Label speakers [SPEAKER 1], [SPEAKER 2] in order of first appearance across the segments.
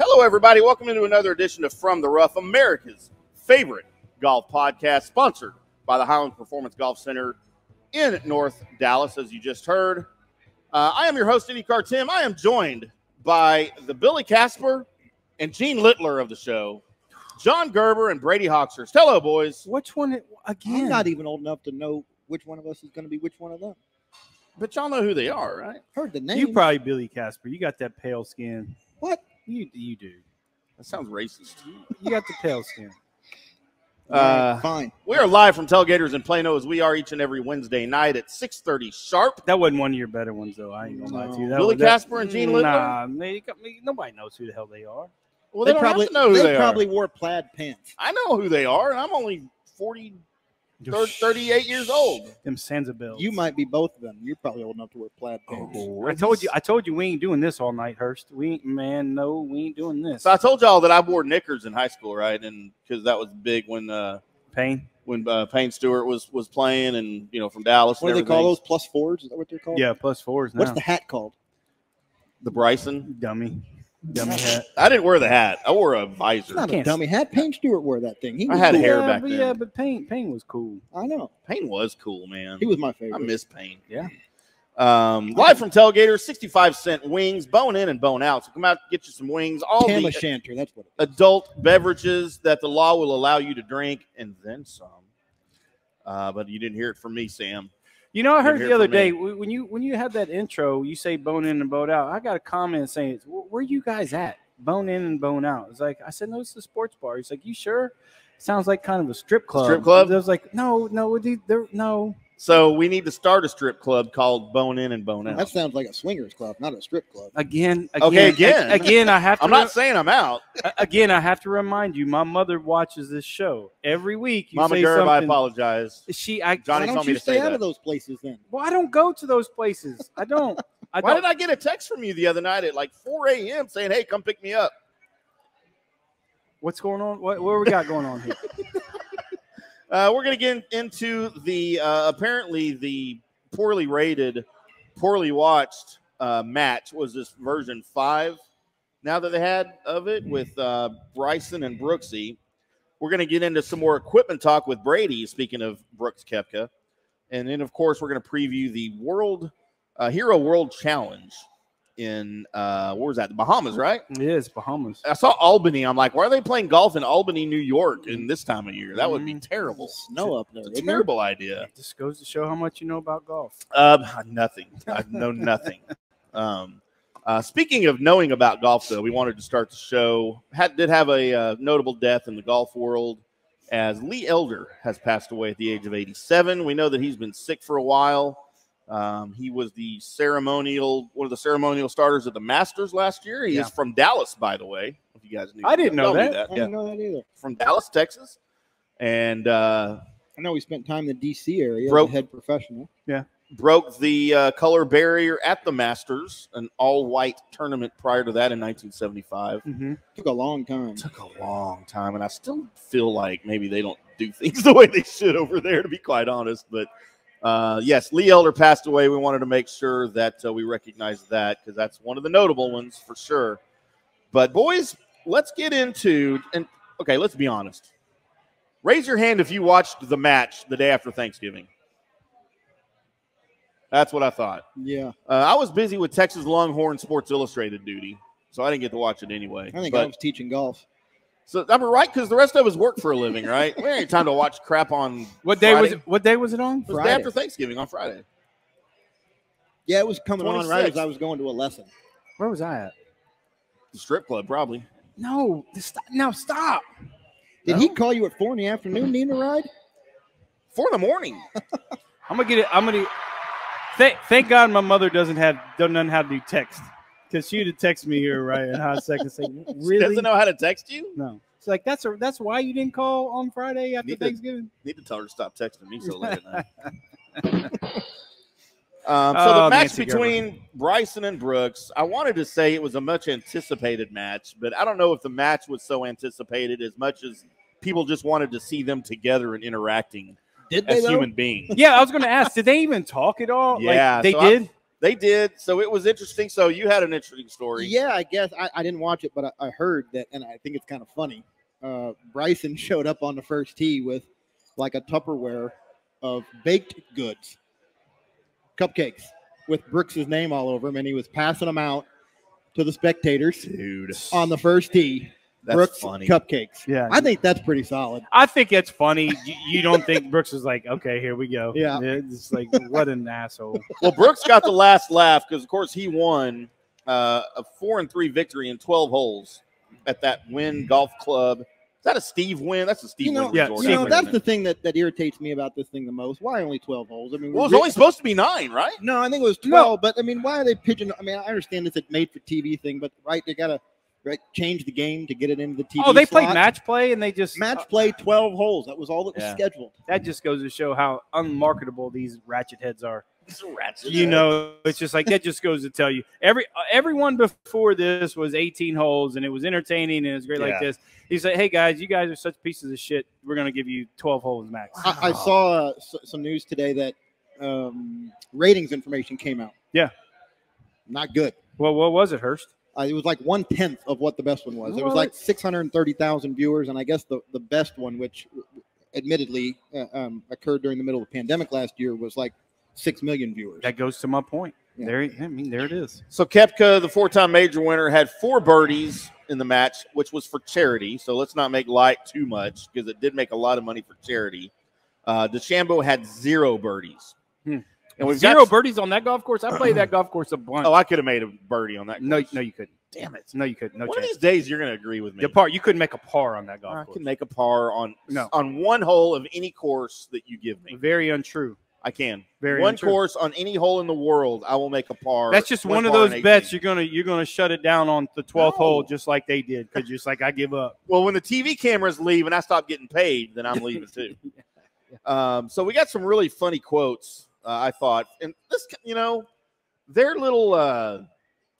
[SPEAKER 1] Hello, everybody. Welcome into another edition of From the Rough, America's favorite golf podcast, sponsored by the Highland Performance Golf Center in North Dallas, as you just heard. Uh, I am your host, Eddie Carr Tim. I am joined by the Billy Casper and Gene Littler of the show, John Gerber and Brady Hawksers. Hello, boys.
[SPEAKER 2] Which one again?
[SPEAKER 3] I'm not even old enough to know which one of us is going to be which one of them.
[SPEAKER 1] But y'all know who they are, right?
[SPEAKER 3] Heard the name.
[SPEAKER 2] you probably Billy Casper. You got that pale skin.
[SPEAKER 3] What?
[SPEAKER 2] You you do.
[SPEAKER 1] That sounds racist.
[SPEAKER 2] You got the pale skin.
[SPEAKER 3] All
[SPEAKER 1] Uh,
[SPEAKER 3] right, fine.
[SPEAKER 1] We are live from Tailgaters in Plano as we are each and every Wednesday night at 6.30 sharp.
[SPEAKER 2] That wasn't one of your better ones though. I ain't gonna lie to you. That
[SPEAKER 1] Billy
[SPEAKER 2] was- that-
[SPEAKER 1] Casper and Gene Littler?
[SPEAKER 2] Nah, man, you got me- nobody knows who the hell they are.
[SPEAKER 1] Well, they, don't
[SPEAKER 3] probably
[SPEAKER 1] have to know who
[SPEAKER 3] they,
[SPEAKER 1] they,
[SPEAKER 3] probably
[SPEAKER 1] are.
[SPEAKER 3] wore plaid pants.
[SPEAKER 1] I know who they are, and I'm only 40, thir- 38 years old.
[SPEAKER 2] Them Sansa Bells.
[SPEAKER 3] You might be both of them. You're probably old enough to wear plaid
[SPEAKER 1] Oh,
[SPEAKER 3] pants.
[SPEAKER 2] I told you. I told you we ain't doing this all night, Hurst. We ain't, man. No, we ain't doing this.
[SPEAKER 1] So I told y'all that I wore knickers in high school, right? And because that was big when uh,
[SPEAKER 2] Pain.
[SPEAKER 1] when uh, Payne Stewart was was playing, and you know from Dallas.
[SPEAKER 3] what do
[SPEAKER 1] and
[SPEAKER 3] they call
[SPEAKER 1] everything.
[SPEAKER 3] those? Plus fours? Is that what they're called?
[SPEAKER 2] Yeah, plus fours now.
[SPEAKER 3] What's the hat called?
[SPEAKER 1] The Bryson.
[SPEAKER 2] dummy? Dummy hat.
[SPEAKER 1] I didn't wear the hat. I wore a
[SPEAKER 3] It's
[SPEAKER 1] visor.
[SPEAKER 3] not a
[SPEAKER 2] Can't-
[SPEAKER 3] dummy hat. Payne Stewart wore that thing. He
[SPEAKER 1] I
[SPEAKER 3] was
[SPEAKER 1] had
[SPEAKER 3] cool.
[SPEAKER 1] hair
[SPEAKER 2] yeah,
[SPEAKER 1] back
[SPEAKER 2] but,
[SPEAKER 1] then.
[SPEAKER 2] Yeah, but Pain. Pain was cool.
[SPEAKER 3] I know.
[SPEAKER 1] Payne was cool, man.
[SPEAKER 3] He was my
[SPEAKER 1] I
[SPEAKER 3] favorite.
[SPEAKER 1] miss Payne.
[SPEAKER 2] Yeah.
[SPEAKER 1] Um, live from Tailgater, 65 cent wings, bone in and bone out. So come out, get you some wings. All
[SPEAKER 3] Tam
[SPEAKER 1] the
[SPEAKER 3] O'Shanter. That's what. It
[SPEAKER 1] adult beverages that the law will allow you to drink and then some. Uh, but you didn't hear it from me, Sam.
[SPEAKER 2] You know, I
[SPEAKER 1] Didn't
[SPEAKER 2] heard
[SPEAKER 1] hear
[SPEAKER 2] the other
[SPEAKER 1] from me.
[SPEAKER 2] day wh- when you when you had that intro, you say bone in and bone out. I got a comment saying, "Wh- "Where you guys at? Bone in and bone out." It's like I said, "No, it's the sports bar." He's like, "You sure?" Sounds like kind of a strip club.
[SPEAKER 1] Strip club?
[SPEAKER 2] I was like, "No, no, they- they're no."
[SPEAKER 1] So we need to start a strip club called Bone In and Bone
[SPEAKER 3] is.
[SPEAKER 1] Out.
[SPEAKER 3] That sounds like a swingers club, not a strip club.
[SPEAKER 2] Again, again,
[SPEAKER 1] Okay,
[SPEAKER 2] a-
[SPEAKER 1] again.
[SPEAKER 2] again. I have to.
[SPEAKER 1] I'm not saying I'm out,
[SPEAKER 2] a- again, I have to remind you. My mother watches this show every week. You
[SPEAKER 1] Mama
[SPEAKER 2] say
[SPEAKER 1] Gerb. I
[SPEAKER 2] something.
[SPEAKER 1] apologize.
[SPEAKER 2] She, I.
[SPEAKER 1] Johnny
[SPEAKER 3] Why
[SPEAKER 1] told
[SPEAKER 3] don't
[SPEAKER 1] me
[SPEAKER 3] you
[SPEAKER 1] to
[SPEAKER 3] stay
[SPEAKER 1] say
[SPEAKER 3] out
[SPEAKER 1] that.
[SPEAKER 3] of those places then?
[SPEAKER 2] Well, I don't go to those places. I don't. I
[SPEAKER 1] Why
[SPEAKER 2] don't.
[SPEAKER 1] did I get a text from you the other night at like 4 a.m. saying, "Hey, come pick me up"?
[SPEAKER 2] What's going on? What, what we got going on here?
[SPEAKER 1] Uh, we're going to get into the uh, apparently the poorly rated, poorly watched uh, match was this version five. Now that they had of it with uh, Bryson and Brooksy, we're going to get into some more equipment talk with Brady. Speaking of Brooks Kepka, and then of course we're going to preview the World uh, Hero World Challenge in uh, where was that? The Bahamas, right?
[SPEAKER 2] It is Bahamas.
[SPEAKER 1] I saw Albany. I'm like, why are they playing golf in Albany, New York, in this time of year? That would be
[SPEAKER 2] Mhm.
[SPEAKER 1] terrible.
[SPEAKER 3] Snow up there.
[SPEAKER 1] It's a
[SPEAKER 3] isn't there?
[SPEAKER 1] terrible idea.
[SPEAKER 2] This goes to show how much you know about golf.
[SPEAKER 1] Um, nothing. I know nothing. Um, uh, speaking of knowing about golf, though, we wanted to start the show. Had, did have a uh, notable death in the golf world as Lee Elder has passed away at the age of 87. We know that he's been sick for a while. Um, he was the ceremonial, one of the ceremonial starters at the Masters last year. He
[SPEAKER 2] Yeah.
[SPEAKER 1] is from Dallas, by the way. If you guys knew,
[SPEAKER 2] I didn't know
[SPEAKER 1] Y'all knew
[SPEAKER 2] that.
[SPEAKER 3] I
[SPEAKER 1] Yeah.
[SPEAKER 3] didn't know that either.
[SPEAKER 1] from Dallas, Texas, and uh,
[SPEAKER 3] I know we spent time in the D.C. area.
[SPEAKER 1] Broke-
[SPEAKER 3] Broke head professional.
[SPEAKER 1] broke the uh, color barrier at the Masters, an all-white tournament prior to that in 1975.
[SPEAKER 3] Took a long time.
[SPEAKER 1] It took a long time, and I still feel like maybe they don't do things the way they should over there, to be quite honest. But uh, yes, Lee Elder passed away. We wanted to make sure that uh, we recognize that because that's one of the notable ones for sure. But boys, let's get into and okay, let's be honest. Raise your hand if you watched the match the day after Thanksgiving. That's what I thought.
[SPEAKER 3] Yeah,
[SPEAKER 1] Uh, I was busy with Texas Longhorn Sports Illustrated duty, so I didn't get to watch it anyway.
[SPEAKER 3] I think
[SPEAKER 1] But-
[SPEAKER 3] I was teaching golf.
[SPEAKER 1] so I'm right because the rest of us work for a living, right? we ain't time to watch crap on.
[SPEAKER 2] What day was
[SPEAKER 1] Friday.
[SPEAKER 2] it? What day was it
[SPEAKER 1] It
[SPEAKER 2] on?
[SPEAKER 1] was the day
[SPEAKER 3] Friday.
[SPEAKER 1] after Thanksgiving on Friday.
[SPEAKER 3] Yeah, it was coming on right
[SPEAKER 1] 26.
[SPEAKER 3] as I was going to a lesson.
[SPEAKER 2] Where was I at?
[SPEAKER 1] The strip club, probably.
[SPEAKER 2] No, this- stop, now stop.
[SPEAKER 3] Did
[SPEAKER 1] No?
[SPEAKER 3] he call you at four in the afternoon needing a ride?
[SPEAKER 1] Four in the morning.
[SPEAKER 2] I'm gonna get it. I'm gonna. Thank, thank God my mother doesn't have doesn't know how to do text. because she'd have texted me here right in a hot second saying,
[SPEAKER 1] She
[SPEAKER 2] "Really?
[SPEAKER 1] doesn't know how to text you.
[SPEAKER 2] No." It's like that's a, that's why you didn't call on Friday after
[SPEAKER 1] Neither-
[SPEAKER 2] Thanksgiving.
[SPEAKER 1] Need to tell her to stop texting me so late at night.
[SPEAKER 3] Um,
[SPEAKER 1] Um, so the
[SPEAKER 2] Oh,
[SPEAKER 1] match
[SPEAKER 2] Nancy Gerber.
[SPEAKER 1] between Bryson and Brooks, I wanted to say it was a much anticipated match, but I don't know if the match was so anticipated as much as people just wanted to see them together and interacting
[SPEAKER 3] did
[SPEAKER 1] as human beings.
[SPEAKER 2] Yeah, I was going to ask, did they even talk at all?
[SPEAKER 1] Yeah,
[SPEAKER 2] like, they
[SPEAKER 1] so I-
[SPEAKER 2] did.
[SPEAKER 1] They did, so it was interesting. So you had an interesting story.
[SPEAKER 3] Yeah, I guess I, I didn't watch it, but I, I heard that, and I think it's kind of funny. Uh, Bryson showed up on the first tee with like a Tupperware of baked goods, cupcakes with Brooks's name all over him, and he was passing them out to the spectators
[SPEAKER 1] dude,
[SPEAKER 3] on the first tee.
[SPEAKER 1] that's
[SPEAKER 3] Brooks
[SPEAKER 1] funny.
[SPEAKER 3] cupcakes.
[SPEAKER 2] yeah,
[SPEAKER 3] I think that's pretty solid.
[SPEAKER 2] I think it's funny. You, you don't think Brooks is like, okay, here we go.
[SPEAKER 3] Yeah.
[SPEAKER 2] It's like, what an asshole.
[SPEAKER 1] well, Brooks got the last laugh because, of course, he won uh, a four and three victory in twelve holes at that Wynn Golf Club. Is that a Steve Wynn? That's a Steve
[SPEAKER 3] You know-
[SPEAKER 1] Wynn
[SPEAKER 2] yeah,
[SPEAKER 1] resort.
[SPEAKER 3] You
[SPEAKER 2] Steve
[SPEAKER 1] out
[SPEAKER 3] know,
[SPEAKER 1] there,
[SPEAKER 3] that's
[SPEAKER 1] isn't
[SPEAKER 3] the
[SPEAKER 1] it?
[SPEAKER 3] thing that, that irritates me about this thing the most. Why only 12 holes? I mean,
[SPEAKER 1] Well, it was
[SPEAKER 3] we-
[SPEAKER 1] only supposed to be nine, right?
[SPEAKER 3] No, I think it was
[SPEAKER 2] No.
[SPEAKER 3] 12, but I mean, why are they pigeon? I mean, I understand it's a made for TV thing, but right, they got to right change the game to get it into the TV.
[SPEAKER 2] oh, they played
[SPEAKER 3] slot.
[SPEAKER 2] match play and they just
[SPEAKER 3] Match play 12 holes. That was all that was
[SPEAKER 1] Yeah.
[SPEAKER 3] scheduled.
[SPEAKER 2] that just goes to show how unmarketable these ratchet heads are.
[SPEAKER 1] It's a ratchet.
[SPEAKER 2] You know, it's just like that just goes to tell you every uh, everyone before this was 18 holes and it was entertaining and it was great
[SPEAKER 1] Yeah.
[SPEAKER 2] like this. He said, "Hey guys, you guys are such pieces of shit. We're gonna give you 12 holes max."
[SPEAKER 3] I, I saw uh, s- some news today that um, ratings information came out.
[SPEAKER 2] Yeah.
[SPEAKER 3] Not good.
[SPEAKER 2] Well, what was it, Hurst?
[SPEAKER 3] Uh, it was like one tenth of what the best one was. It was
[SPEAKER 2] What?
[SPEAKER 3] like 630,000 viewers, and I guess the, the best one, which admittedly uh, um, occurred during the middle of the pandemic last year, was like 6 million viewers.
[SPEAKER 2] That goes to my point.
[SPEAKER 3] Yeah.
[SPEAKER 2] There, I mean, there it is.
[SPEAKER 1] So Kepka, the four-time major winner, had four birdies in the match, which was for charity. So let's not make light too much because it did make a lot of money for charity. Uh, DeChambeau had zero birdies,
[SPEAKER 2] Hmm.
[SPEAKER 1] and we've
[SPEAKER 2] Zero
[SPEAKER 1] got.
[SPEAKER 2] birdies on that golf course. I played that golf course a bunch.
[SPEAKER 1] oh, I could have made a birdie on that.
[SPEAKER 2] No,
[SPEAKER 1] course.
[SPEAKER 2] no, you couldn't.
[SPEAKER 1] damn it!
[SPEAKER 2] No, you couldn't. No
[SPEAKER 1] One of
[SPEAKER 2] chance.
[SPEAKER 1] these days, you're going to agree with me.
[SPEAKER 2] The par, you couldn't make a par on that golf
[SPEAKER 1] I
[SPEAKER 2] course.
[SPEAKER 1] can make a par on
[SPEAKER 2] No.
[SPEAKER 1] on one hole of any course that you give me.
[SPEAKER 2] Very untrue.
[SPEAKER 1] I can
[SPEAKER 2] Very
[SPEAKER 1] one
[SPEAKER 2] untrue.
[SPEAKER 1] course on any hole in the world. I will make a par.
[SPEAKER 2] That's just one, of
[SPEAKER 1] par in
[SPEAKER 2] those
[SPEAKER 1] 18.
[SPEAKER 2] bets you're gonna you're gonna shut it down on the twelfth
[SPEAKER 1] No.
[SPEAKER 2] hole just like they did because you're just like I give up.
[SPEAKER 1] Well, when the TV cameras leave and I stop getting paid, then I'm leaving too. Um, so we got some really funny quotes, uh, I thought. And this, you know, their little uh,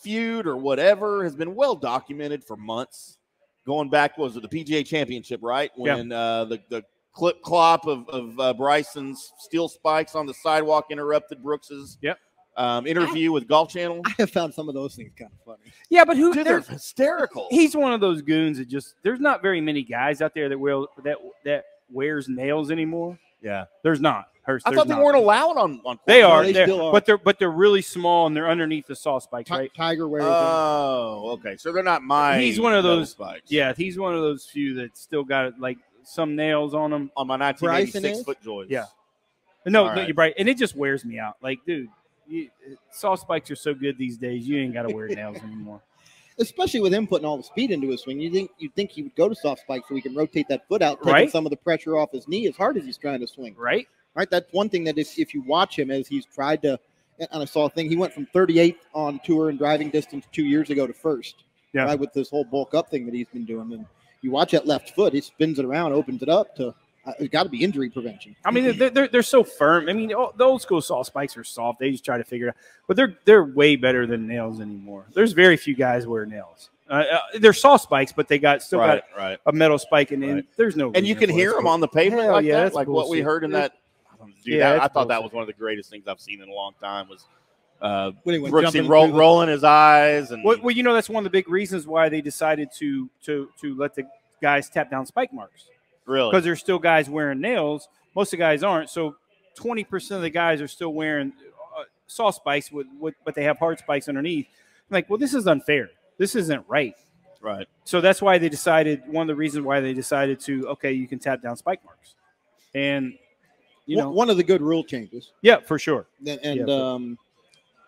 [SPEAKER 1] feud or whatever has been well documented for months. Going back, what was it the PGA Championship, right?
[SPEAKER 2] Yeah.
[SPEAKER 1] When uh, the, the clip clop of, of uh, Bryson's steel spikes on the sidewalk interrupted Brooks's
[SPEAKER 2] Yep.
[SPEAKER 1] um, interview with Golf Channel.
[SPEAKER 3] I have found some of those things kind of funny.
[SPEAKER 2] Yeah, but who?
[SPEAKER 1] Dude, they're hysterical.
[SPEAKER 2] He's one of those goons that just there's not very many guys out there that will that that wears nails anymore.
[SPEAKER 1] yeah.
[SPEAKER 2] There's not. Hurst,
[SPEAKER 1] I
[SPEAKER 2] there's
[SPEAKER 1] thought they
[SPEAKER 2] not.
[SPEAKER 1] weren't allowed on, on
[SPEAKER 2] They
[SPEAKER 1] course.
[SPEAKER 2] are.
[SPEAKER 3] they
[SPEAKER 2] they're-
[SPEAKER 3] still are.
[SPEAKER 2] but they're but they're really small and they're underneath the saw spikes,
[SPEAKER 3] Ti-
[SPEAKER 2] right?
[SPEAKER 3] Tiger wears them.
[SPEAKER 1] Oh, okay. So they're not my.
[SPEAKER 2] He's one of
[SPEAKER 1] metal
[SPEAKER 2] those-
[SPEAKER 1] spikes.
[SPEAKER 2] Yeah, he's one of those few that still got like some nails on them.
[SPEAKER 1] on my
[SPEAKER 3] Bryson
[SPEAKER 1] 1986
[SPEAKER 3] is?
[SPEAKER 1] foot joys.
[SPEAKER 2] Yeah. No,
[SPEAKER 1] All
[SPEAKER 2] no,
[SPEAKER 1] right.
[SPEAKER 2] you're right, and it just wears me out. Like, dude, you, saw spikes are so good these days. You ain't got to wear nails anymore.
[SPEAKER 3] especially with him putting all the speed into his swing. You think you think he would go to soft spike so he can rotate that foot out, taking
[SPEAKER 2] Right.
[SPEAKER 3] some of the pressure off his knee as hard as he's trying to swing.
[SPEAKER 2] right?
[SPEAKER 3] Right, that's one thing that if, if you watch him as he's tried to, and and I saw a thing he went from 38 on tour and driving distance two years ago to first.
[SPEAKER 2] Yeah.
[SPEAKER 3] right with this whole bulk up thing that he's been doing, and you watch that left foot, he spins it around, opens it up to. Uh, it's got to be injury prevention.
[SPEAKER 2] I
[SPEAKER 1] Mm-hmm.
[SPEAKER 2] mean, they're, they're, they're so firm. I mean, all- the old school saw spikes are soft. They just try to figure it out, but they're they're way better than nails anymore. There's very few guys wear nails. Uh, uh, they're saw spikes, but they got still
[SPEAKER 1] right,
[SPEAKER 2] got
[SPEAKER 1] right.
[SPEAKER 2] a metal spike, and and
[SPEAKER 1] Right.
[SPEAKER 2] there's no.
[SPEAKER 1] And you can hear him on the pavement
[SPEAKER 2] Hell
[SPEAKER 1] like
[SPEAKER 2] yeah,
[SPEAKER 1] that,
[SPEAKER 2] that's
[SPEAKER 1] like what we
[SPEAKER 2] bullshit.
[SPEAKER 1] heard in that. Dude,
[SPEAKER 2] Yeah,
[SPEAKER 1] that- I
[SPEAKER 2] that's
[SPEAKER 1] thought that was
[SPEAKER 2] bullshit.
[SPEAKER 1] one of the greatest things I've seen in a long time was uh,
[SPEAKER 3] When he went
[SPEAKER 1] Brooksy
[SPEAKER 3] jumping
[SPEAKER 1] roll,
[SPEAKER 3] through the-
[SPEAKER 1] rolling his eyes and
[SPEAKER 2] Well, well, you know that's one of the big reasons why they decided to to to let the guys tap down spike marks.
[SPEAKER 1] really.
[SPEAKER 2] because there's still guys wearing nails. Most of the guys aren't. So 20% of the guys are still wearing uh, saw spikes, with, with, but they have hard spikes underneath. I'm like, well, this is unfair. This isn't right.
[SPEAKER 1] Right.
[SPEAKER 2] So that's why they decided, one of the reasons why they decided to, okay, you can tap down spike marks. And, you
[SPEAKER 3] one-
[SPEAKER 2] know,
[SPEAKER 3] one of the good rule changes.
[SPEAKER 2] yeah, for sure.
[SPEAKER 3] and, and
[SPEAKER 2] Yeah, but-
[SPEAKER 3] um,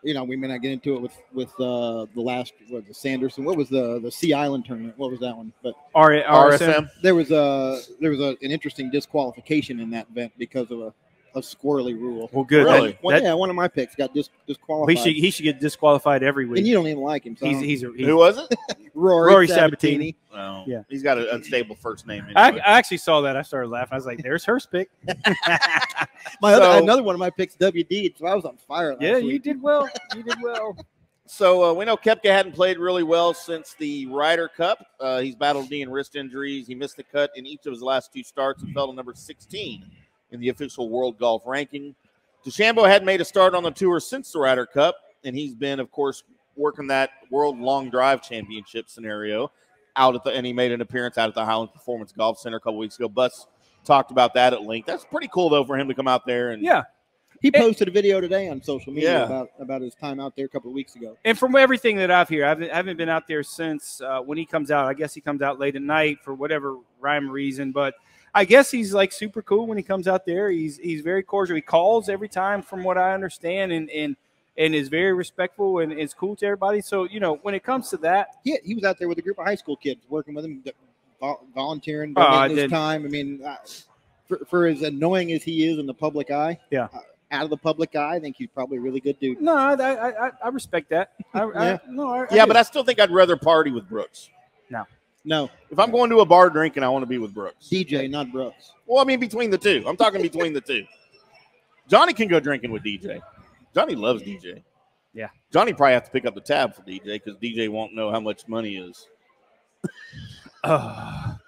[SPEAKER 3] you know, we may not get into it with with uh, the last what, the Sanderson. What was the the Sea Island tournament? What was that one? But
[SPEAKER 2] R- RSM.
[SPEAKER 1] RSM.
[SPEAKER 3] there was a there was a, an interesting disqualification in that event because of a of squirrely rule.
[SPEAKER 2] Well, good.
[SPEAKER 3] Really?
[SPEAKER 2] That-
[SPEAKER 3] One-
[SPEAKER 2] that-
[SPEAKER 3] yeah, one of my picks got dis- disqualified.
[SPEAKER 2] he should he should get disqualified every
[SPEAKER 3] and
[SPEAKER 2] week.
[SPEAKER 3] you don't even like him. So
[SPEAKER 2] He's he's, a, he's
[SPEAKER 1] Who was it?
[SPEAKER 3] Rory,
[SPEAKER 2] Rory
[SPEAKER 3] Sabatini.
[SPEAKER 2] Sabatini.
[SPEAKER 1] Well,
[SPEAKER 2] Yeah.
[SPEAKER 1] He's got an unstable first name.
[SPEAKER 2] I,
[SPEAKER 1] Anyway.
[SPEAKER 2] I actually saw that. I started laughing. I was like, "There's her pick."
[SPEAKER 3] My
[SPEAKER 1] So-
[SPEAKER 3] other, another one of my picks, WD. So I was on fire. Last
[SPEAKER 2] yeah, you
[SPEAKER 3] week.
[SPEAKER 2] did well. You did well.
[SPEAKER 1] so uh, we know Kepka hadn't played really well since the Ryder Cup. Uh, he's battled knee and wrist injuries. He missed the cut in each of his last two starts and fell to number 16 in the official world golf ranking. DeChambeau had made a start on the tour since the Ryder Cup, and he's been, of course, working that world long drive championship scenario out at the and he made an appearance out at the Highland Performance Golf Center a couple weeks ago. Bus talked about that at length. That's pretty cool though for him to come out there and
[SPEAKER 2] Yeah,
[SPEAKER 3] He posted a video today on social media
[SPEAKER 1] Yeah.
[SPEAKER 3] about, about his time out there a couple of weeks ago.
[SPEAKER 2] and from everything that I've heard, I haven't, I haven't been out there since uh, when he comes out. I guess he comes out late at night for whatever rhyme or reason, but I guess he's like super cool when he comes out there. He's he's very cordial. He calls every time, from what I understand, and and and is very respectful and is cool to everybody. So you know, when it comes to that,
[SPEAKER 3] Yeah, he was out there with a group of high school kids working with him, vol- volunteering,
[SPEAKER 2] Oh, I
[SPEAKER 3] donating his
[SPEAKER 2] did-
[SPEAKER 3] time. I mean, uh, for, for as annoying as he is in the public eye,
[SPEAKER 2] Yeah.
[SPEAKER 3] uh, out of the public eye, I think he's probably a really good dude.
[SPEAKER 2] no, I I, I, I respect that. I,
[SPEAKER 3] Yeah.
[SPEAKER 2] I, no, I, I
[SPEAKER 1] yeah,
[SPEAKER 2] do.
[SPEAKER 1] but I still think I'd rather party with Brooks.
[SPEAKER 3] No,
[SPEAKER 1] If I'm going to a bar drinking, I want to be with Brooks.
[SPEAKER 3] DJ, not Brooks.
[SPEAKER 1] Well, I mean, between the two. I'm talking between the two. Johnny can go drinking with DJ. Johnny loves DJ.
[SPEAKER 2] Yeah.
[SPEAKER 1] Johnny probably have to pick up the tab for DJ because DJ won't know how much money is.
[SPEAKER 2] Ah.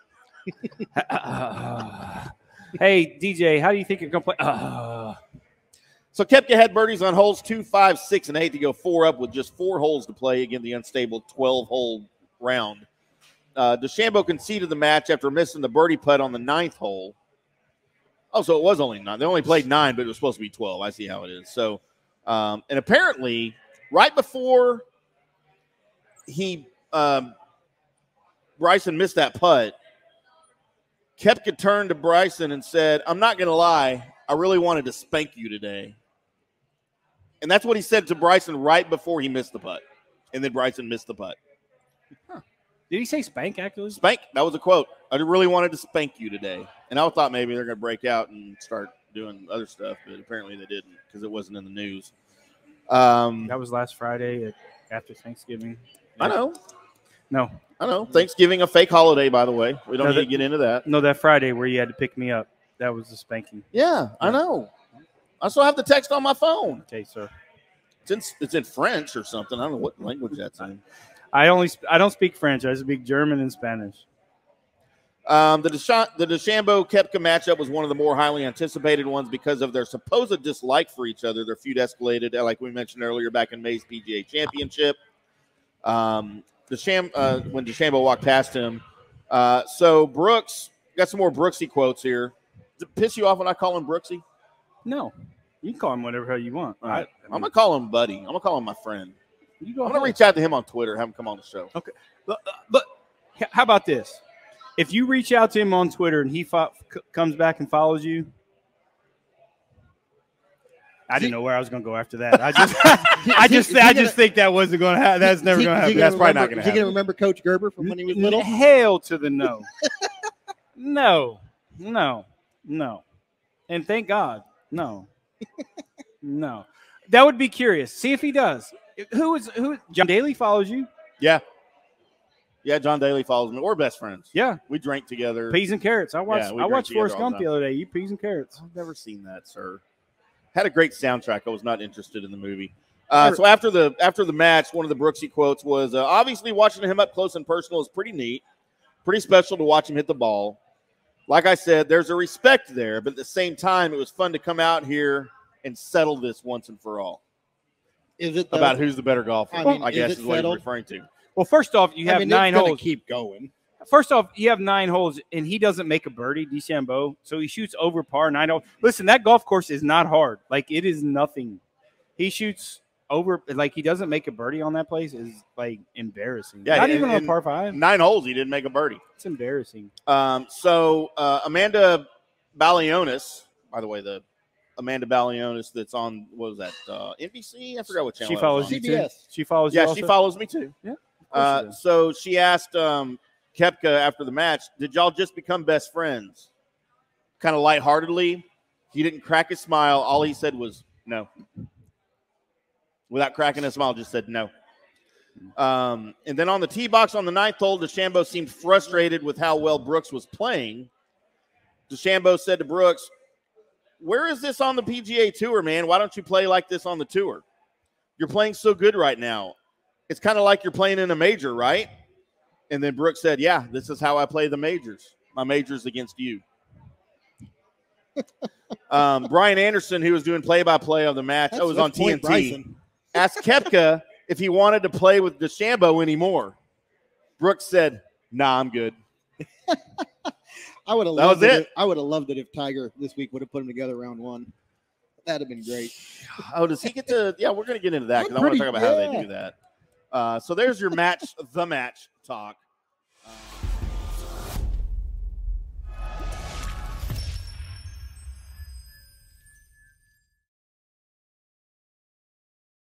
[SPEAKER 2] Ah. hey DJ, how do you think you're gonna play? Ah.
[SPEAKER 1] So Kepka had birdies on holes two, five, six, and eight to go four up with just four holes to play. Again, the unstable 12 hole round. Uh, DeChambeau conceded the match after missing the birdie putt on the ninth hole. Oh, so it was only nine. They only played nine, but it was supposed to be 12. I see how it is. So, um, and apparently, right before he, um, Bryson missed that putt, Kepka turned to Bryson and said, I'm not going to lie. I really wanted to spank you today. And that's what he said to Bryson right before he missed the putt. And then Bryson missed the putt.
[SPEAKER 2] Did he say spank actually?
[SPEAKER 1] Spank. That was a quote. I really wanted to spank you today. And I thought maybe they're going to break out and start doing other stuff, but apparently they didn't because it wasn't in the news. Um,
[SPEAKER 2] Mm-hmm. That was last Friday at, after Thanksgiving.
[SPEAKER 1] I know.
[SPEAKER 2] No,
[SPEAKER 1] I know. Thanksgiving, a fake holiday, by the way. We don't
[SPEAKER 2] No,
[SPEAKER 1] need to
[SPEAKER 2] that-
[SPEAKER 1] get into that.
[SPEAKER 2] no, that Friday where you had to pick me up. That was the spanking.
[SPEAKER 1] Yeah, I know. I still have the text on my phone.
[SPEAKER 2] Okay, sir.
[SPEAKER 1] It's in, it's in French or something. I don't know what language that's in.
[SPEAKER 2] I only sp- I don't speak French. I speak German and Spanish.
[SPEAKER 1] Um, the, Desha- the DeChambeau Kepka matchup was one of the more highly anticipated ones because of their supposed dislike for each other. Their feud escalated, uh, like we mentioned earlier, back in May's PGA Championship. Um, Desham- uh, when DeChambeau walked past him. Uh, so Brooks got some more Brooksy quotes here. Does it piss you off when I call him Brooksy?
[SPEAKER 2] No, you can call him whatever hell you want.
[SPEAKER 1] All right. I'm gonna call him buddy. I'm gonna call him my friend.
[SPEAKER 2] you go.
[SPEAKER 1] I'm
[SPEAKER 2] ahead.
[SPEAKER 1] gonna reach out to him on Twitter. Have him come on the show.
[SPEAKER 2] But, but h- how about this? If you reach out to him on Twitter and he fo- c- comes back and follows you, I didn't know where I was going to go after that. I just, I
[SPEAKER 3] Is he-
[SPEAKER 2] just,
[SPEAKER 3] is he
[SPEAKER 2] I
[SPEAKER 3] gonna-
[SPEAKER 2] just think that wasn't going to happen. That's never going to happen.
[SPEAKER 1] That's probably not gonna
[SPEAKER 3] Is he going to remember Coach Gerber from when he was little?
[SPEAKER 2] Hell to the no, no, no, no, and thank God, no, no. That would be curious. See if he does. Who is who? John Daly follows you.
[SPEAKER 1] Yeah. Yeah, John Daly follows me. We're best friends.
[SPEAKER 2] Yeah.
[SPEAKER 1] We drank together.
[SPEAKER 2] Peas and carrots. I watched.
[SPEAKER 1] Yeah, we
[SPEAKER 2] I
[SPEAKER 1] drink
[SPEAKER 2] watched
[SPEAKER 1] together
[SPEAKER 2] Forrest
[SPEAKER 1] all the
[SPEAKER 2] Gump the
[SPEAKER 1] time.
[SPEAKER 2] other day. You peas and carrots.
[SPEAKER 1] I've never seen that, sir. Had a great soundtrack. I was not interested in the movie. Uh, so after the after the match, one of the Brooksy quotes was, uh, "Obviously, watching him up close and personal is pretty neat, pretty special to watch him hit the ball. Like I said, there's a respect there, but at the same time, it was fun to come out here and settle this once and for all
[SPEAKER 3] Is it
[SPEAKER 1] about who's the better golfer. I,
[SPEAKER 3] I mean, is
[SPEAKER 1] guess
[SPEAKER 3] it
[SPEAKER 1] is, what he's
[SPEAKER 3] settled?
[SPEAKER 1] referring to.
[SPEAKER 2] Well, first off, you have nine holes.
[SPEAKER 3] Keep going.
[SPEAKER 2] First off, you have nine holes, and he doesn't make a birdie, DeChambeau. So he shoots over par nine holes. Listen, that golf course is not hard. Like it is nothing. He shoots over. Like he doesn't make a birdie on that place is like embarrassing.
[SPEAKER 1] Yeah,
[SPEAKER 2] not
[SPEAKER 1] and-
[SPEAKER 2] even on
[SPEAKER 1] and-
[SPEAKER 2] par five.
[SPEAKER 1] Nine holes, he didn't make a birdie.
[SPEAKER 2] It's embarrassing.
[SPEAKER 1] Um, so uh, Amanda Balionis, by the way, the Amanda Balionis that's on what was that uh, NBC? I forgot what channel. that
[SPEAKER 2] She
[SPEAKER 1] was
[SPEAKER 2] follows
[SPEAKER 1] on.
[SPEAKER 2] you too.
[SPEAKER 3] CBS.
[SPEAKER 2] She follows you.
[SPEAKER 1] Yeah, she
[SPEAKER 2] also?
[SPEAKER 1] follows me too.
[SPEAKER 2] Yeah, course she
[SPEAKER 1] Uh,
[SPEAKER 2] does.
[SPEAKER 1] so she asked um, Kepka after the match, "Did y'all just become best friends?" Kind of lightheartedly. He didn't crack a smile. All he said was no. Without cracking a smile, just said no. Um, and then on the tee box on the ninth hole, DeChambeau seemed frustrated with how well Brooks was playing. DeChambeau said to Brooks, "Where is this on the PGA Tour, man? Why don't you play like this on the tour? You're playing so good right now. It's kind of like you're playing in a major, right?" And then Brooks said, "Yeah, this is how I play the majors. My majors against you." um, Brian Anderson, who was doing play-by-play of the match, that was on
[SPEAKER 3] That's Point
[SPEAKER 1] TNT
[SPEAKER 3] Bryson.
[SPEAKER 1] asked Kepka if he wanted to play with DeChambeau anymore. Brooks said, "Nah, I'm good."
[SPEAKER 3] I would have
[SPEAKER 1] That
[SPEAKER 3] loved
[SPEAKER 1] was
[SPEAKER 3] it. if- I would have loved it if Tiger this week would have put them together round one. That'd have been great.
[SPEAKER 1] Oh, does he get to? Yeah, we're gonna get into that because I want
[SPEAKER 3] Pretty-
[SPEAKER 1] to talk about how they do that. Uh, so there's your match, the match talk.